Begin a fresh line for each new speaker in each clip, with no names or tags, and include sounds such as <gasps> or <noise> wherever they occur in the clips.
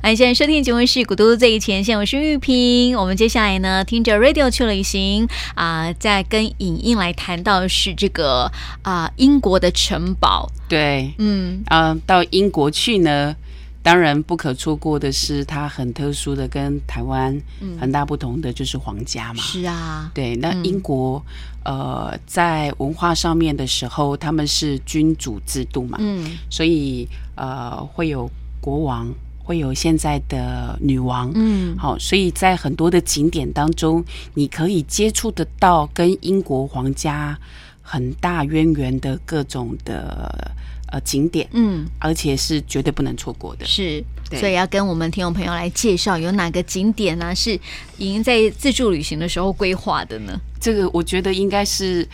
哎，现在收听的节目是《古都最前线》，我是玉萍。我们接下来呢，听着 Radio 去旅行啊、在跟影印来谈到是这个啊、英国的城堡，
对，
嗯，
啊、到英国去呢，当然不可错过的是它很特殊的，跟台湾很大不同的就是皇家
嗯
嘛。
是啊，
对，那
嗯
英国、呃，在文化上面的时候，他们是君主制度嘛，
嗯
所以呃会有国王，会有现在的女王。
嗯，
好，所以在很多的景点当中，你可以接触得到跟英国皇家很大渊源的各种的呃景点，
嗯，
而且是绝对不能错过的。
是，
对
所以要跟我们听众朋友来介绍有哪个景点呢、是已经在自助旅行的时候规划的呢？
这个我觉得应该是，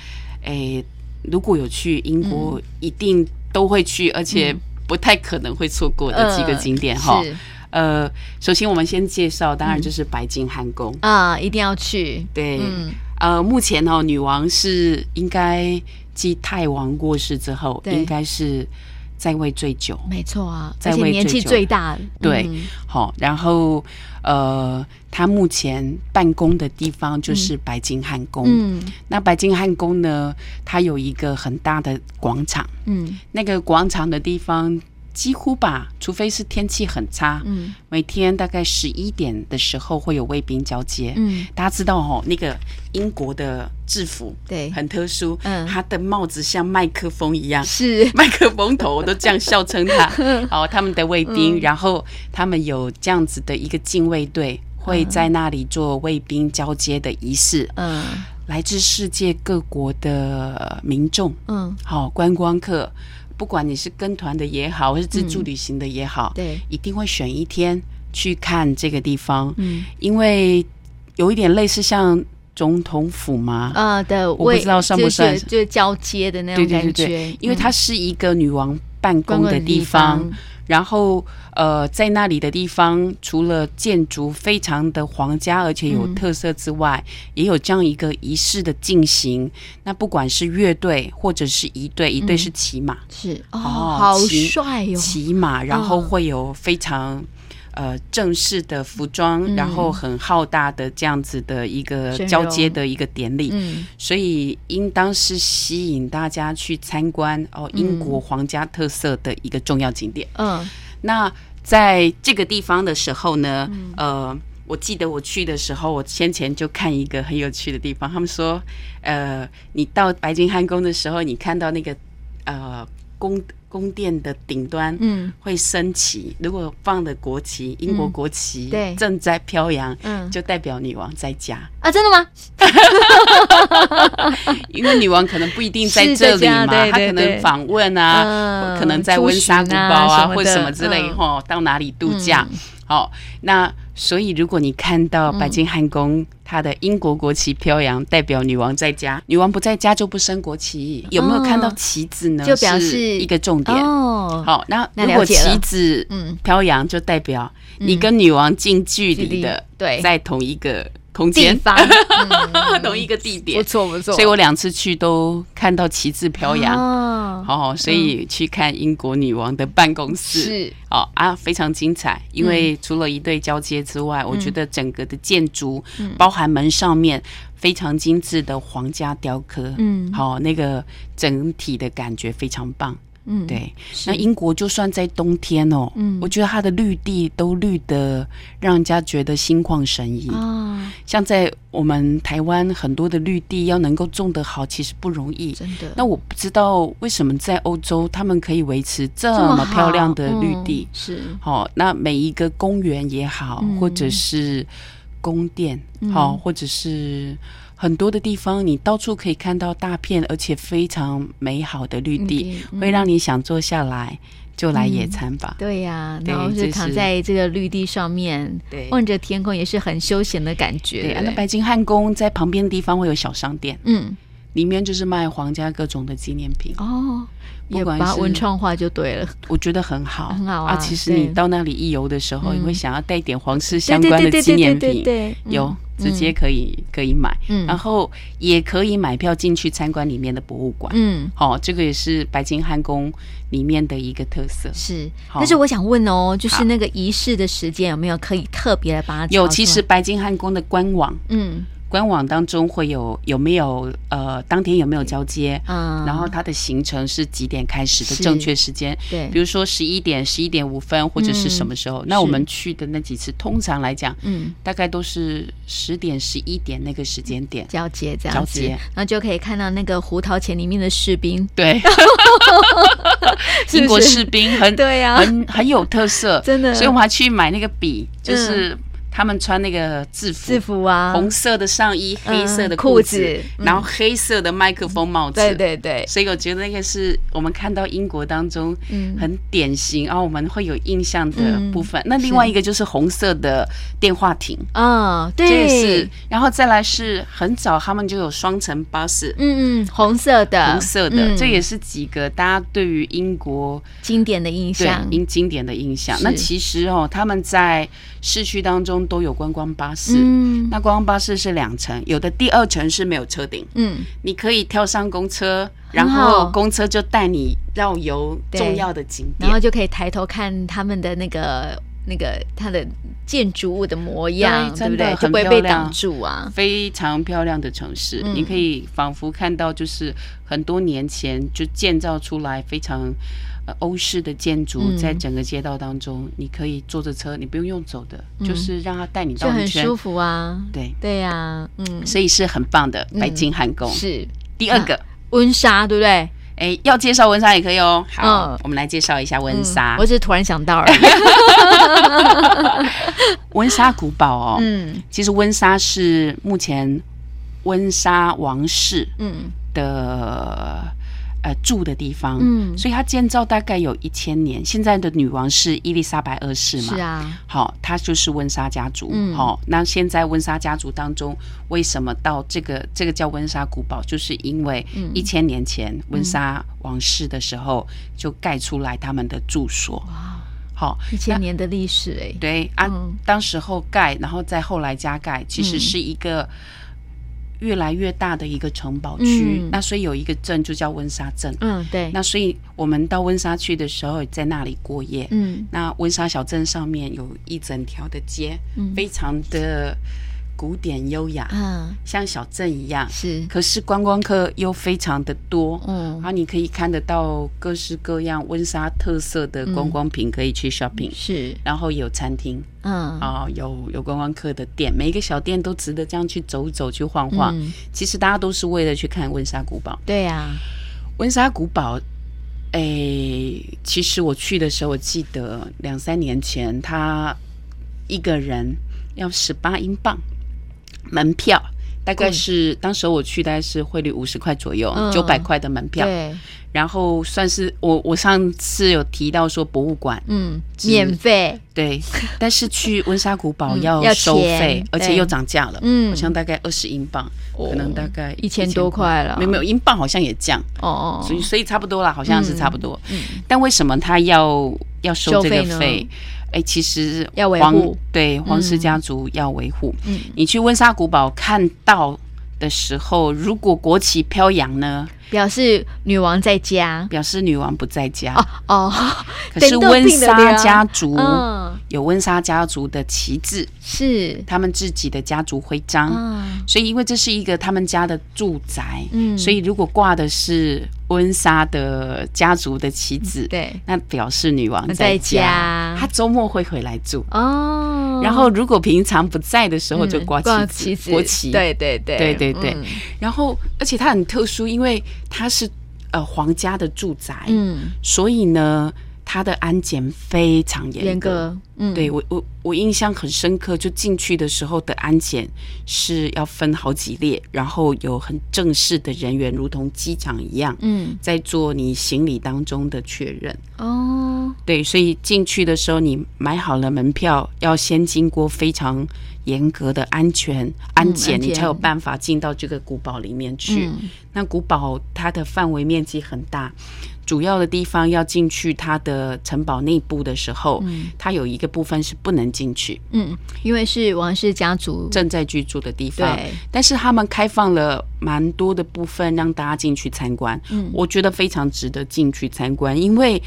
诶、如果有去英
嗯
国，一定都会去，而且不太可能会错过的几个景点哈。
嗯是
呃，首先我们先介绍，当然就是白金汉宫。
啊、一定要去，
对，
嗯，
呃，目前哦，女王是应该继泰王过世之后，
对
应该是在位最久。
没错啊，
在
而且
位
年
最
纪
久
最大，
对
嗯，
好、然后呃，她目前办公的地方就是白金汉宫。
嗯
那白金汉宫呢，它有一个很大的广场，
嗯
那个广场的地方几乎吧，除非是天气很差，
嗯
每天大概十一点的时候会有卫兵交接。
嗯，
大家知道哦，那个英国的制服
对，
很特殊，
嗯
它的帽子像麦克风一样。 <laughs>
是，
麦克风头，我都这样笑称他。
<laughs>
哦，他们的卫
嗯
兵，然后他们有这样子的一个禁卫队，会在那里做卫兵交接的仪式。
嗯
来自世界各国的民众，
嗯，
好、观光客，不管你是跟团的也好，或是自助旅行的也好，
嗯对，
一定会选一天去看这个地方，
嗯
因为有一点类似像总统府嘛，
呃的
不
位
知道算不
就是
算
就是交接的那
对
种
对
感
对
觉，
对，因为
嗯
它是一个女王办
观
公
光
的地方，然后呃，在那里的地方，除了建筑非常的皇家而且有
嗯
特色之外，也有这样一个仪式的进行。那不管是乐队或者是仪队，仪队是骑马，
是哦，
哦
好
骑
帅哟、
骑马，然后会有非常。呃，正式的服装，
嗯
然后很浩大的这样子的一个
阵容
交接的一个典礼，
嗯
所以应当是吸引大家去参观哦英国皇家特色的一个重要景点。
嗯
那在这个地方的时候呢，
嗯
呃，我记得我去的时候，我先前就看一个很有趣的地方，他们说，呃，你到白金汉宫的时候，你看到那个呃宫宫殿的顶端。
嗯
会升旗，如果放的国旗，英国
嗯
国旗
对
正在飘扬，
嗯，
就代表女王在家，
啊，真的吗？
因为女王可能不一定在
是在
这里
家
嘛，
对
她
对
可
对
能访问啊，
嗯
可能在温莎古堡
出巡啊
或者
什
什
么
么
的
之类
嗯
哈、到哪里度假？好、那所以如果你看到白金汉宫它的英国国旗飘扬，代表女王在家，女王不在家就不升国旗。有没有看到旗子呢？
就表示
是一个重点。
哦，
好，那
那
如
了
果
解了
旗子
嗯，
飘扬，就代表你
嗯
跟女王近距
距离
离的
对
在同一个空
地
间、
方、嗯
<laughs> 同一个地
不
点。
错不错，
所以我两次去都看到旗帜飘扬。
哦，
哦，所以去看英国女王的办公室，
是
哦啊，非常精彩。因为除了一对交接之外，
嗯
我觉得整个的建筑，包含门上面非常精致的皇家雕刻，
嗯
好、那个整体的感觉非常棒。
嗯，
对，
是，
那英国就算在冬天哦，
嗯
我觉得它的绿地都绿的，让人家觉得心旷神怡。
啊，
像在我们台湾很多的绿地要能够种得好，其实不容易。
真的
那我不知道为什么在欧洲他们可以维持这么漂亮的绿地
好嗯。是
好、那每一个公园也好，
嗯
或者是宫殿，好、或者是很多的地方，你到处可以看到大片而且非常美好的绿地，
嗯
会让你想坐下来就来野餐吧。
对呀、
对
然后
这
就是躺在这个绿地上面，
对
望着天空，也是很休闲的感觉。
对，啊
不
那白金汉宫在旁边的地方会有小商店，
嗯，
里面就是卖皇家各种的纪念品。
哦，
不
也把
管
它
是
文创化就对了。
我觉得很好，
很好啊
啊！其实你
对
到那里一游的时候，
嗯
你会想要带一点皇室
对
<laughs> 相
对
关
对
的
对
纪
对对
念
对
品，
对，嗯
有啊直接可以、可以买，
嗯
然后也可以买票进去参观里面的博物馆。
嗯，
好、这个也是白金汉宫里面的一个特色。
是。
好
但是我想问哦，就是
好
那个仪式的时间有没有可以特别的把它
有，
找出
其实
来
白金汉宫的官网，
嗯
官网当中会有有没有呃当天有没有交接，
嗯，
然后它的行程是几点开始的
是
正确时间，
对
比，如说十一点、十一点五分或者是什么时候。那我们去的那几次，通常来讲，
嗯，
大概都是十点、十一点那个时间点。
交接这样
交
子
接，
然后就可以看到那个胡桃钳里面的士兵，
对，
是不是
<laughs> 英国士兵很
对呀、
很很有特色，
<laughs> 真的嗯
所以我还去买那个笔，就是他们穿那个制服，
制服啊，
红色的上衣，
嗯
黑色的
裤
裤子，
子嗯
然后黑色的麦克风帽子。
对对对，
所以我觉得那个是我们看到英国当中
嗯
很典型，然后、我们会有印象的
嗯
部分。那另外一个就是红色的电话亭，
嗯，对，
这也是，然后再来是很早他们就有双层巴士，
嗯嗯，红色的，
红色的，
嗯
这也是几个大家对于英国
经典的印
对
象，
英经典的印象。
是
那其实哦，他们在市区当中都有观光巴士。
嗯
那观光巴士是两层，有的第二层是没有车顶，
嗯，
你可以跳上公车，
很
然
好
后公车就带你绕游
对
重要的景
然后
点。
就可以抬头看他们的那个那个它的建筑物的模样，
对
对不
真的
对？就不会
很漂
被
亮
挡住啊。
非常漂亮的城市，
嗯
你可以仿佛看到，就是很多年前就建造出来非常呃欧式的建筑，
嗯
在整个街道当中，你可以坐着车，你不用用走的，
嗯
就是让它带你
就
绕一
很
圈
舒，服啊，
对，
对呀、嗯，
所以是很棒的
嗯
白金汉宫。
是嗯
第二个，
温莎，对不对？
哎，要介绍温莎也可以哦。好
嗯，
我们来介绍一下温
嗯
莎
我。只是突然想到
<laughs>
而已。
温莎古堡哦，
嗯
其实温莎是目前温莎王室
嗯
的呃住的地方，
嗯，
所以它建造大概有一千年。现在的女王是伊丽莎白二世嘛？
是啊，
好，她就是温莎家族。
嗯
好、那现在温莎家族当中，为什么到这个这个叫温莎古堡，就是因为
嗯
一千年前温莎王室的时候就盖出来他们的住所。
哇，
好、
一千年的历史哎、
对啊，
嗯
当时候盖，然后再后来加盖，其实
嗯
是一个越来越大的一个城堡区。
嗯
那所以有一个镇就叫温莎镇。
嗯，对，
那所以我们到温莎去的时候，在那里过夜。
嗯
那温莎小镇上面有一整条的街，
嗯
非常的古典优雅，
嗯
像小镇一样。
是
可是观光客又非常的多，
嗯
然后你可以看得到各式各样温莎特色的
嗯
观光品，可以去 shopping，、
是
然后有餐厅，
嗯
啊、有有观光客的店，每一个小店都值得这样去走走、去晃晃。
嗯
其实大家都是为了去看温莎古堡。
对啊呀、
温莎古堡，诶、其实我去的时候，我记得两三年前，他一个人要十八英镑门票。大概
贵
是当时我去，大概是汇率五十块左右
嗯，
九百块的门票，
对，
然后算是我我上次有提到说博物馆，
嗯，免费， <laughs>
对，但是去温莎古堡
嗯
要
要
收
钱
费，而且
对
又涨价了，
嗯
好像大概二十英镑，
哦
可能大概
1000
1000
多块了
没有没有，英镑好像也降，
哦哦，
所以所以差不多啦，好像是差不多。
嗯
但为什么他要要
收
收这
费呢
个费？哎，其实
要维
皇
护
对皇室
嗯
家族要维护。
嗯，
你去温莎古堡看到的时候，如果国旗飘扬呢，
表示女王在家
表示女王不在家。
哦哦，
可是
等到
温
病得了啊
莎家族
嗯，
有温莎家族的旗帜，
是
他们自己的家族徽章。
啊，
所以，因为这是一个他们家的住宅，
嗯
所以如果挂的是温莎的家族的旗子，
嗯对
那表示女王
在
在
家
家，她周末会回来住。
哦，
然后，如果平常不在的时候，就挂
旗
旗
嗯子，
国旗。，
对对对
对对对
嗯
然后，而且它很特殊，因为它是呃皇家的住宅，
嗯，
所以呢，它的安检非常
严格，嗯，
对我我我印象很深刻，就进去的时候的安检是要分好几列，然后有很正式的人员，如同机长一样，
嗯
在做你行李当中的确认。
哦，
对，所以进去的时候，你买好了门票，要先经过非常严格的安全安
嗯
检，
安
你才有
检
办法进到这个古堡里面去。
嗯
那古堡它的范围面积很大，主要的地方要进去它的城堡内部的时候，
嗯
它有一个部分是不能进去，
嗯，因为是王室家族，
正在居住的地方。
对，
但是他们开放了蛮多的部分让大家进去参观，
嗯
我觉得非常值得进去参观，因为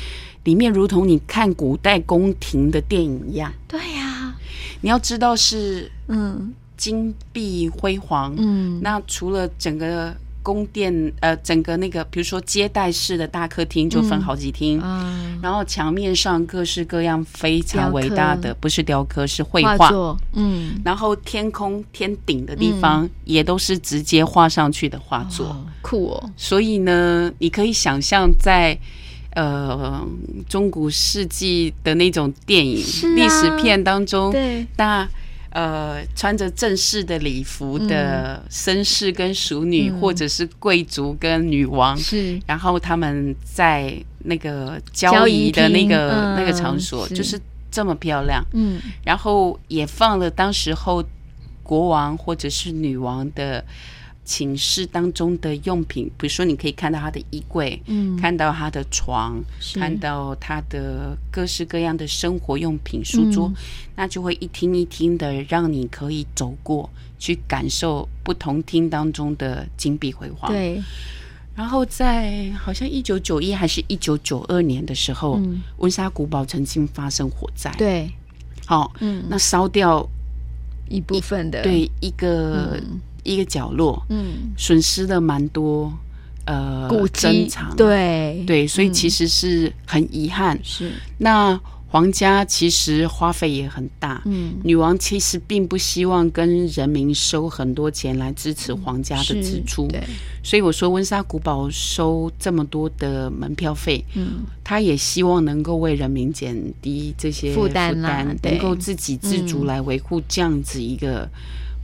里面如同你看古代宫廷的电影一样。
对呀，
你要知道是
嗯
金碧辉煌，
嗯，
那除了整个宫殿，呃，整个那个比如说接待室的大客厅就分好几厅。
嗯啊，
然后墙面上各式各样非常伟大的，不是雕刻，是绘
画
画。
作，嗯，
然后天空天顶的地方也都是直接画上去的画作，
哦酷哦，
所以呢，你可以想象在呃中古世纪的那种电影、
是啊
历史片当中，
对，
那呃，穿着正式的礼服的绅士跟淑女，
嗯
或者是贵族跟女王，
是
然后他们在那个交易的那
交易
个、
厅嗯
那个场所，
是
就是这么漂亮。
嗯
然后也放了当时候国王或者是女王的寝室当中的用品，比如说你可以看到她的衣柜，
嗯，
看到她的床，
是
看到他的各式各样的生活用品书桌，
嗯
那就会一厅一厅的让你可以走过去感受不同厅当中的金碧辉煌。，
对，
然后在好像一九九一还是一九九二年的时候，
嗯
温莎古堡曾经发生火灾，，
对，
好、
嗯，
那烧掉
一部分的，，
对呃一个、一个角落，
嗯，
损失了蛮多呃
古迹
珍藏，
对，
对，所以
嗯
其实是很遗憾。
是，
那皇家其实花费也很大，
嗯，
女王其实并不希望跟人民收很多钱来支持皇家的
是
支出，
对，
所以我说温莎古堡收这么多的门票费，
嗯，
她也希望能够为人民减低这些
负担啦对嗯
能够自给自足来维护这样子一个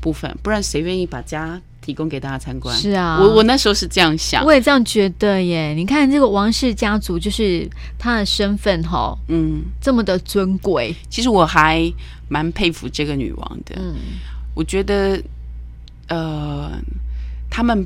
部分，不然谁愿意把家提供给大家参观？
是啊，
我我那时候是这样想，
我也这样觉得耶。你看这个王室家族，就是他的身份哈，
嗯，
这么的尊贵，
其实我还蛮佩服这个女王的，
嗯，
我觉得，呃，他们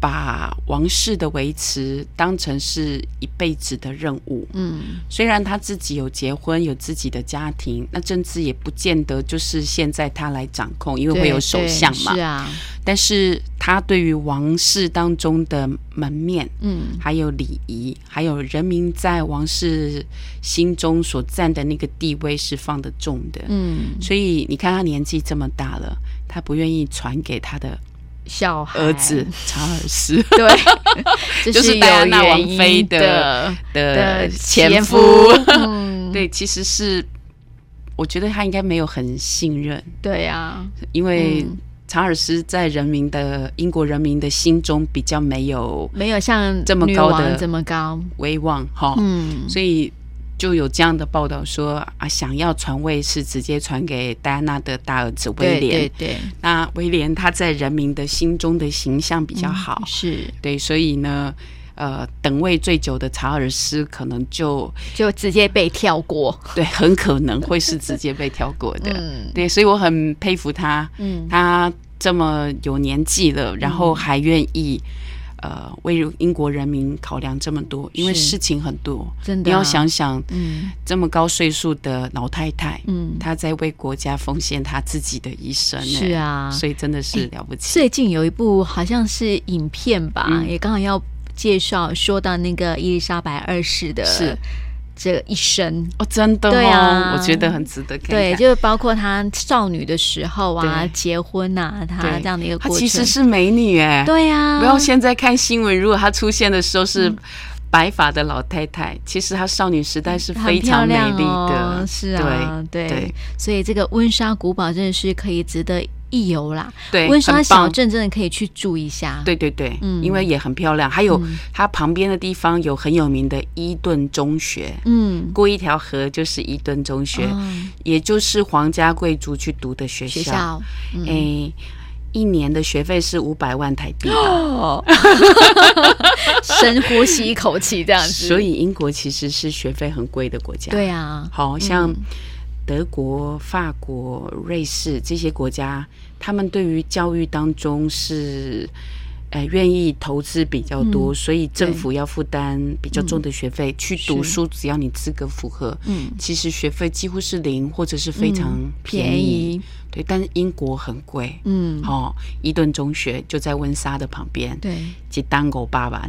把王室的维持当成是一辈子的任务。
嗯，
虽然他自己有结婚，有自己的家庭，那政治也不见得就是现在他来掌控，因为会
对
有首相嘛。
对是啊，
但是他对于王室当中的门面，
嗯，
还有礼仪，还有人民在王室心中所占的那个地位是放得重的。
嗯，
所以你看他年纪这么大了，他不愿意传给他的
小孩
儿子查尔斯
对，这
<laughs> 就是
是
戴
有
安娜
原
王妃
因
的
<laughs> 的
的
的
前夫
夫。，
<laughs>
嗯，
对，其实是我觉得他应该没有很信任，
对啊，
因为
嗯
查尔斯在人民的英国人民的心中比较没有
没有像
这么
女
高
王
的
这么高，
威望哈，
嗯，
所以。就有这样的报道说啊，想要传位是直接传给戴安娜的大儿子威
对
廉。
对对，
那威廉他在人民的心中的形象比较好，
是
对，所以呢，呃，等位最久的查尔斯可能就 <laughs>
就直接被跳过，
对，很可能会是直接被跳过的。
嗯
对，所以我很佩服他，
嗯，
他这么有年纪了，然后还愿意。呃，为英国人民考量这么多，因为
是
事情很多，
真的
你
啊
要想想，
嗯
这么高岁数的老太太，
嗯，
她在为国家奉献她自己的一生、欸，
是啊，
所以真的是了不起。
最近有一部好像是影片吧，
嗯
也刚好要介绍说到那个伊丽莎白二世的
是
这一生。
哦，真的哦，
对啊
我觉得很值得看
对，
看
就是包括她少女的时候啊，
对
结婚呐、啊，她
对
这样的一个
她
过程。
其实是美女哎、
对啊呀、
不要现在看新闻，如果她出现的时候
嗯
是白发的老太太，其实她少女时代是
很
非
漂
常美
亮
丽的，
哦，是啊，
对
对
对，
所以这个温莎古堡真的是可以值得一游啦。
对，
温莎
很
小
棒
镇真的可以去住一下。，
对对对，
嗯
因为也很漂亮。还有
嗯
它旁边的地方有很有名的伊顿中学，
嗯，
过一条河就是伊顿中学，
哦
也就是皇家贵族去读的学
学
校。
校，嗯
诶一年的学费是五百万台币
<gasps>
吧。
哦， <laughs> 深呼吸一口气这样子。
所以英国其实是学费很贵的国家。，
对啊，
好像德国、法国、瑞士这些国家，他们对于教育当中是呃愿意投资比较
嗯
多，所以政府要负担比较重的学费。去读书，只要你资格符合，
嗯
其实学费几乎是零，或者是非常
嗯
便宜。对，但是英国很贵。
嗯，
哦，伊顿中学就在温莎的旁边，
对，
一单五八万，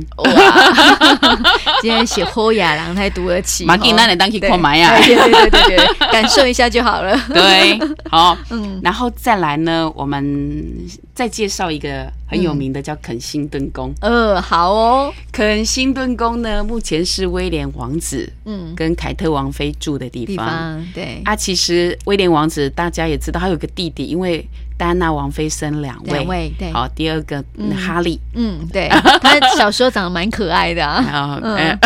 今天写侯雅郎才读得起，
马吉那你当去
对
看买呀。
对对对对对，对感受一下就好了。 <laughs>
对，好，
嗯
然后再来呢，我们再介绍一个很有名的叫肯辛顿宫。
呃，好哦，
肯辛顿宫呢，目前是威廉王子
嗯，
跟凯特王妃住的地
地
方。
方对，
啊，其实威廉王子大家也知道，他有个弟弟，因为戴安娜王妃生两位，
两位对，
好，第二个、
嗯
哈利，
嗯，对，他小时候长得蛮可爱的啊，
然后、
嗯
呃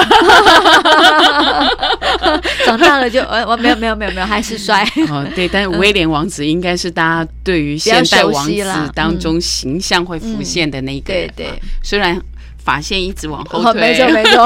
长大了就呃，我没有没有没有没有，还是帅。
哦，对，但是威廉王子应该是大家对于
较
现代
熟
王
悉啦
子当中形象会浮现的那一个人
嗯对
嘛、
对，
虽然发线一直往后
哦
退，
没错没错，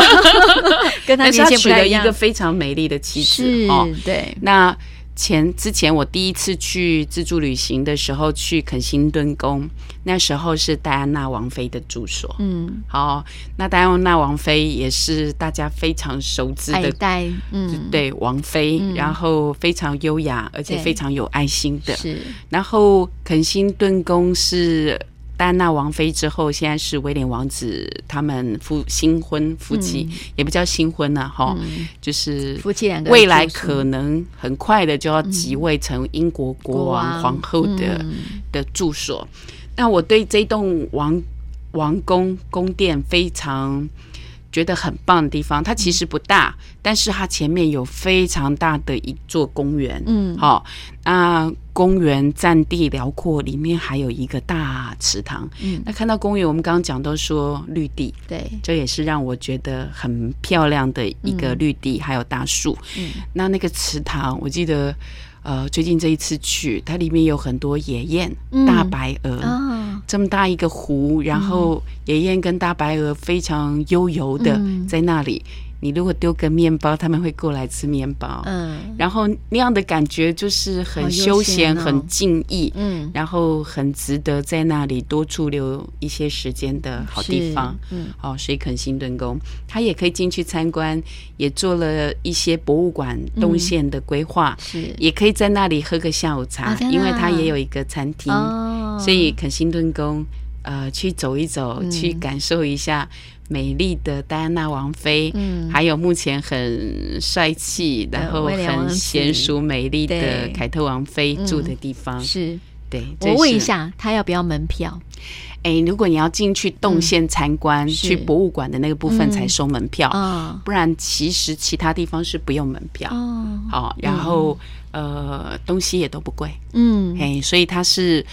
跟他
但是
年
他
限不
娶
太
了
一
一
样
个。非常美丽的妻
是
子哦。，
对，
那前之前我第一次去自助旅行的时候，去肯辛顿宫，那时候是戴安娜王妃的住所。
嗯，
好，那戴安娜王妃也是大家非常熟知
爱
的，
戴，嗯，，
对王妃，
嗯
然后非常优雅，而且
对
非常有爱心的。
是，
然后肯辛顿宫是戴安娜王妃之后，现在是威廉王子他们夫新婚夫妻，也不叫新婚了、哈、
嗯
就是
夫妻两个人
未来
住宿
可能很快的就要即位成英国国王皇后的、
嗯
的住所。那我对这栋王王宫宫殿非常觉得很棒的地方，它其实不大，
嗯
但是它前面有非常大的一座公园。
嗯，
好、那公园占地辽阔，里面还有一个大池塘。
嗯
那看到公园，我们刚刚讲到说绿地，
对，
这也是让我觉得很漂亮的一个绿地，还有大树。
嗯
那那个池塘，我记得，呃，最近这一次去，它里面有很多野雁、
嗯
大白鹅。
啊，
这么大一个湖，然后野雁跟大白鹅非常悠游的
嗯
在那里。你如果丢个面包，他们会过来吃面包。
嗯
然后那样的感觉就是
好
很
悠
休闲、
闲哦
很静意，
嗯，
然后很值得在那里多驻留一些时间的好地方。
是，嗯
哦，所以肯辛顿宫，它也可以进去参观，也做了一些博物馆
嗯
动线的规划，
是，
也可以在那里喝个下午茶，
啊真的啊
因为它也有一个餐厅，
哦
嗯所以肯辛顿宫，呃，去走一走，
嗯
去感受一下美丽的戴安娜王妃。
嗯，
还有目前很帅气，
呃
然后
威廉王
很
子
娴熟美丽的
对
凯特王妃
嗯
住的地方，
是
对，
我
这
问
是
一下，他要不要门票？
哎、如果你要进去动线参观，
嗯是
去博物馆的那个部分
嗯
才收门票，
啊，
不然其实其他地方是不用门票。
哦，
好、然后、呃，东西也都不贵，
嗯，
哎、所以它是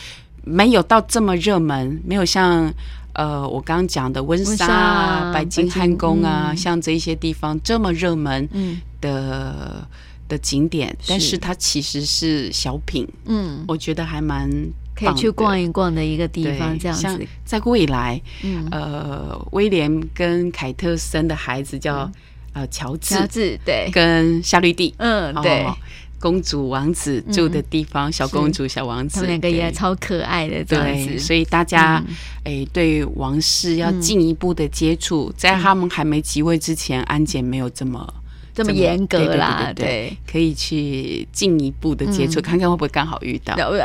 没有到这么热门，没有像呃我刚刚讲的温莎
温莎
啊、
白
白金
金
汉宫啊，
嗯
像这一些地方这么热门
嗯
的。的景点，但是它其实是小品，
嗯，
我觉得还蛮
可以去
棒的
逛一逛的一个地
对
方，这样
像
子，
在未来，
嗯，
呃，威廉跟凯特生的孩子叫、
嗯
呃乔治
小子，对，
跟夏绿蒂，
嗯，对嗯
哦，公主王子住的地方，小公主小王
他
子，
们两个也
对
超可爱的，这样
对，
子，嗯
所以大家诶、对王室要进一步的接
嗯
触，在他们还没即位之前，安检没有这么。
这么严格
对对对
啦
对对可以去进一步的接触，看看会不会刚好遇到。
嗯 <laughs>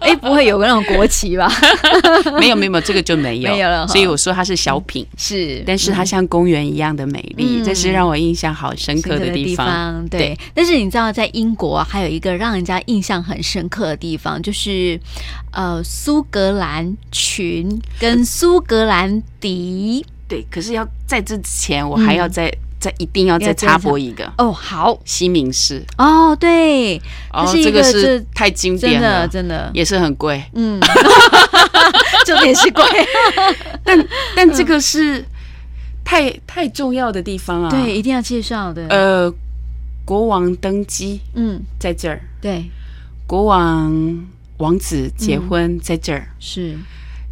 对 <laughs> 哎，不会有个那种国旗吧？ <laughs>
没有没有，没有这个就没有。
没有了哈
所以我说它是小品，
是，
但是它像公园一样的美丽，
嗯
这是让我印象好深刻的地方。
方，对。但是你知道，在英国啊还有一个让人家印象很深刻的地方，就是呃苏格兰群跟苏格兰笛。
对，可是要在这之前，我
嗯
还要再、再一定要再插播一个
哦，好
西敏寺。
哦，对，
哦，
这是一
这
个
个是
这
太经
真
典
的
了，
真的，
也是很贵。 <laughs>
嗯，重点是贵，嗯
但这个是太太重要的地方啊。
对，，一定要介绍的，
呃，国王登基
嗯，
在这儿，
对，
国王王子结
嗯
婚在这儿，
是，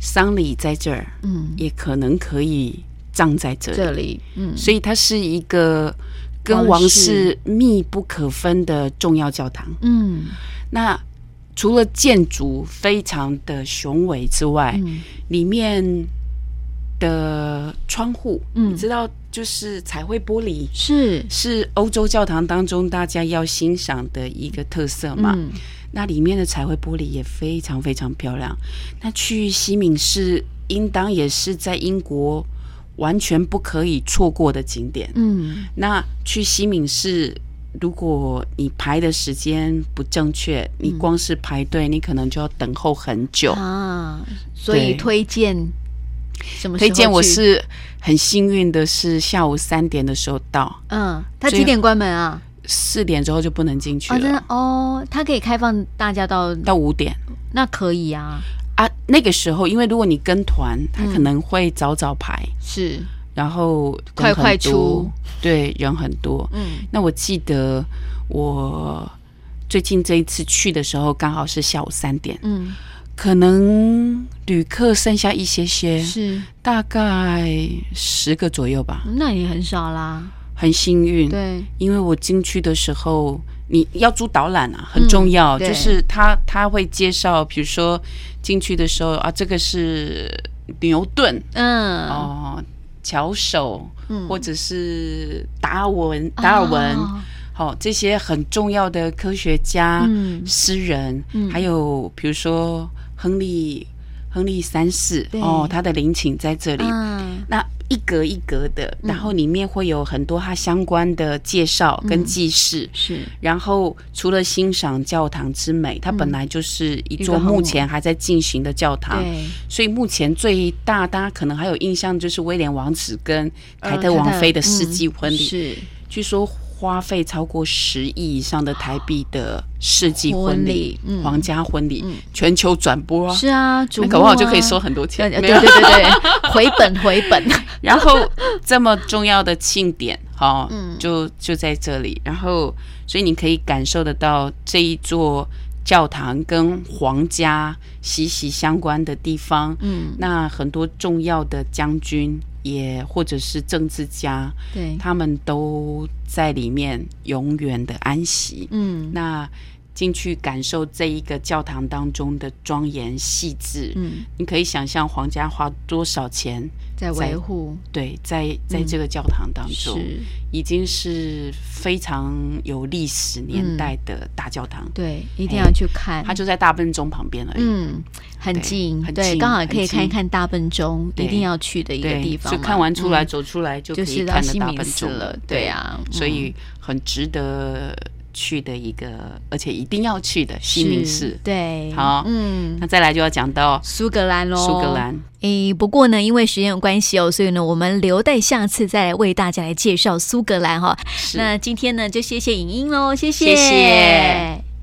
丧礼在这儿，
嗯，
也可能可以葬在这里。
这里，嗯，
所以它是一个跟
王
王
室
室密不可分的重要教堂。
嗯，
那除了建筑非常的雄伟之外，
嗯
里面的窗户，
嗯
你知道，就是彩绘玻璃
是
是欧洲教堂当中大家要欣赏的一个特色嘛。
嗯
那里面的彩绘玻璃也非常非常漂亮。那去西敏寺，应当也是在英国完全不可以错过的景点。
嗯
那去西敏寺，如果你排的时间不正确，你
嗯
光是排队，你可能就要等候很久。
啊，所以
对
推荐什么时候去？
推荐我是很幸运的是下午三点的时候到，
嗯，他
最
几点关门啊？
四点之后就不能进去
啊，真
了，
的哦，他可以开放大家到，
到五点
那可以啊，
啊。那个时候，因为如果你跟团，他可能会早早排，
是，
然后人
嗯快快
很多
出，
对，人很多。
嗯
那我记得我最近这一次去的时候，刚好是下午三点，
嗯，
可能旅客剩下一些些，
是，
大概十个左右吧，
那也很少啦，
很幸运。
对，
因为我进去的时候，你要租导览啊，很重
嗯
要。
对
就是他他会介绍，比如说进去的时候啊，这个是牛顿
嗯，
哦，巧手，
嗯
或者是达尔文，达尔文，
哦
好、这些很重要的科学家、
嗯
诗人，
嗯
还有比如说亨利。亨利三世
对
哦，他的陵寝在这里。
嗯
那一格一格的，然后里面会有很多它相关的介绍跟记事。
是，
然后除了欣赏教堂之美，它本来就是一
一个
座
很
目前还在进行的教堂，
对，
所以目前最大大家可能还有印象就是威廉王子跟凯特
呃
王妃的世纪
嗯
婚礼，
是
据说花费超过十亿以上的台币的世纪
婚
婚礼
礼、嗯
皇家婚礼，全球转播啊，
是啊，瞩
那
目
搞不好就
啊
可以收很多
呃
钱，
呃
没
对
有
对对
<laughs>
对，回本回本，
然后这么重要的庆典，哈、就就在这里。然后，所以你可以感受得到这一座教堂跟皇家息息相关的地方。
嗯，
那很多重要的将军也或者是政治家，
对，
他们都在里面永远的安息。
嗯
那进去感受这一个教堂当中的庄严细致，
嗯，
你可以想象皇家花多少钱
在
在
维护
对，在在这个教堂当中，
嗯是，
已经是非常有历史年代的大教堂，
对，一定要去看
哎它。就在大笨钟旁边而已。
嗯，很
对
近，
很
对，
近
刚好可
很
以看一
近
看大笨钟，一
对
定要去的一个
对，
地方
就
嘛。
看完出来、
嗯
走出来就可
就
以
是到
看得
西
大
敏
笨
寺
钟
了，对，啊，
所
嗯
以很值得去的一个，而且一定要去的西敏寺
是。对，
好
嗯
那，再来就要讲到
苏格兰喽，
苏格
嗯
兰，
诶，不过呢，因为时间有关系哦，所以呢，我们留待下次再来为大家来介绍苏格兰哈、
是
那今天呢，就谢谢影音喽，谢
谢谢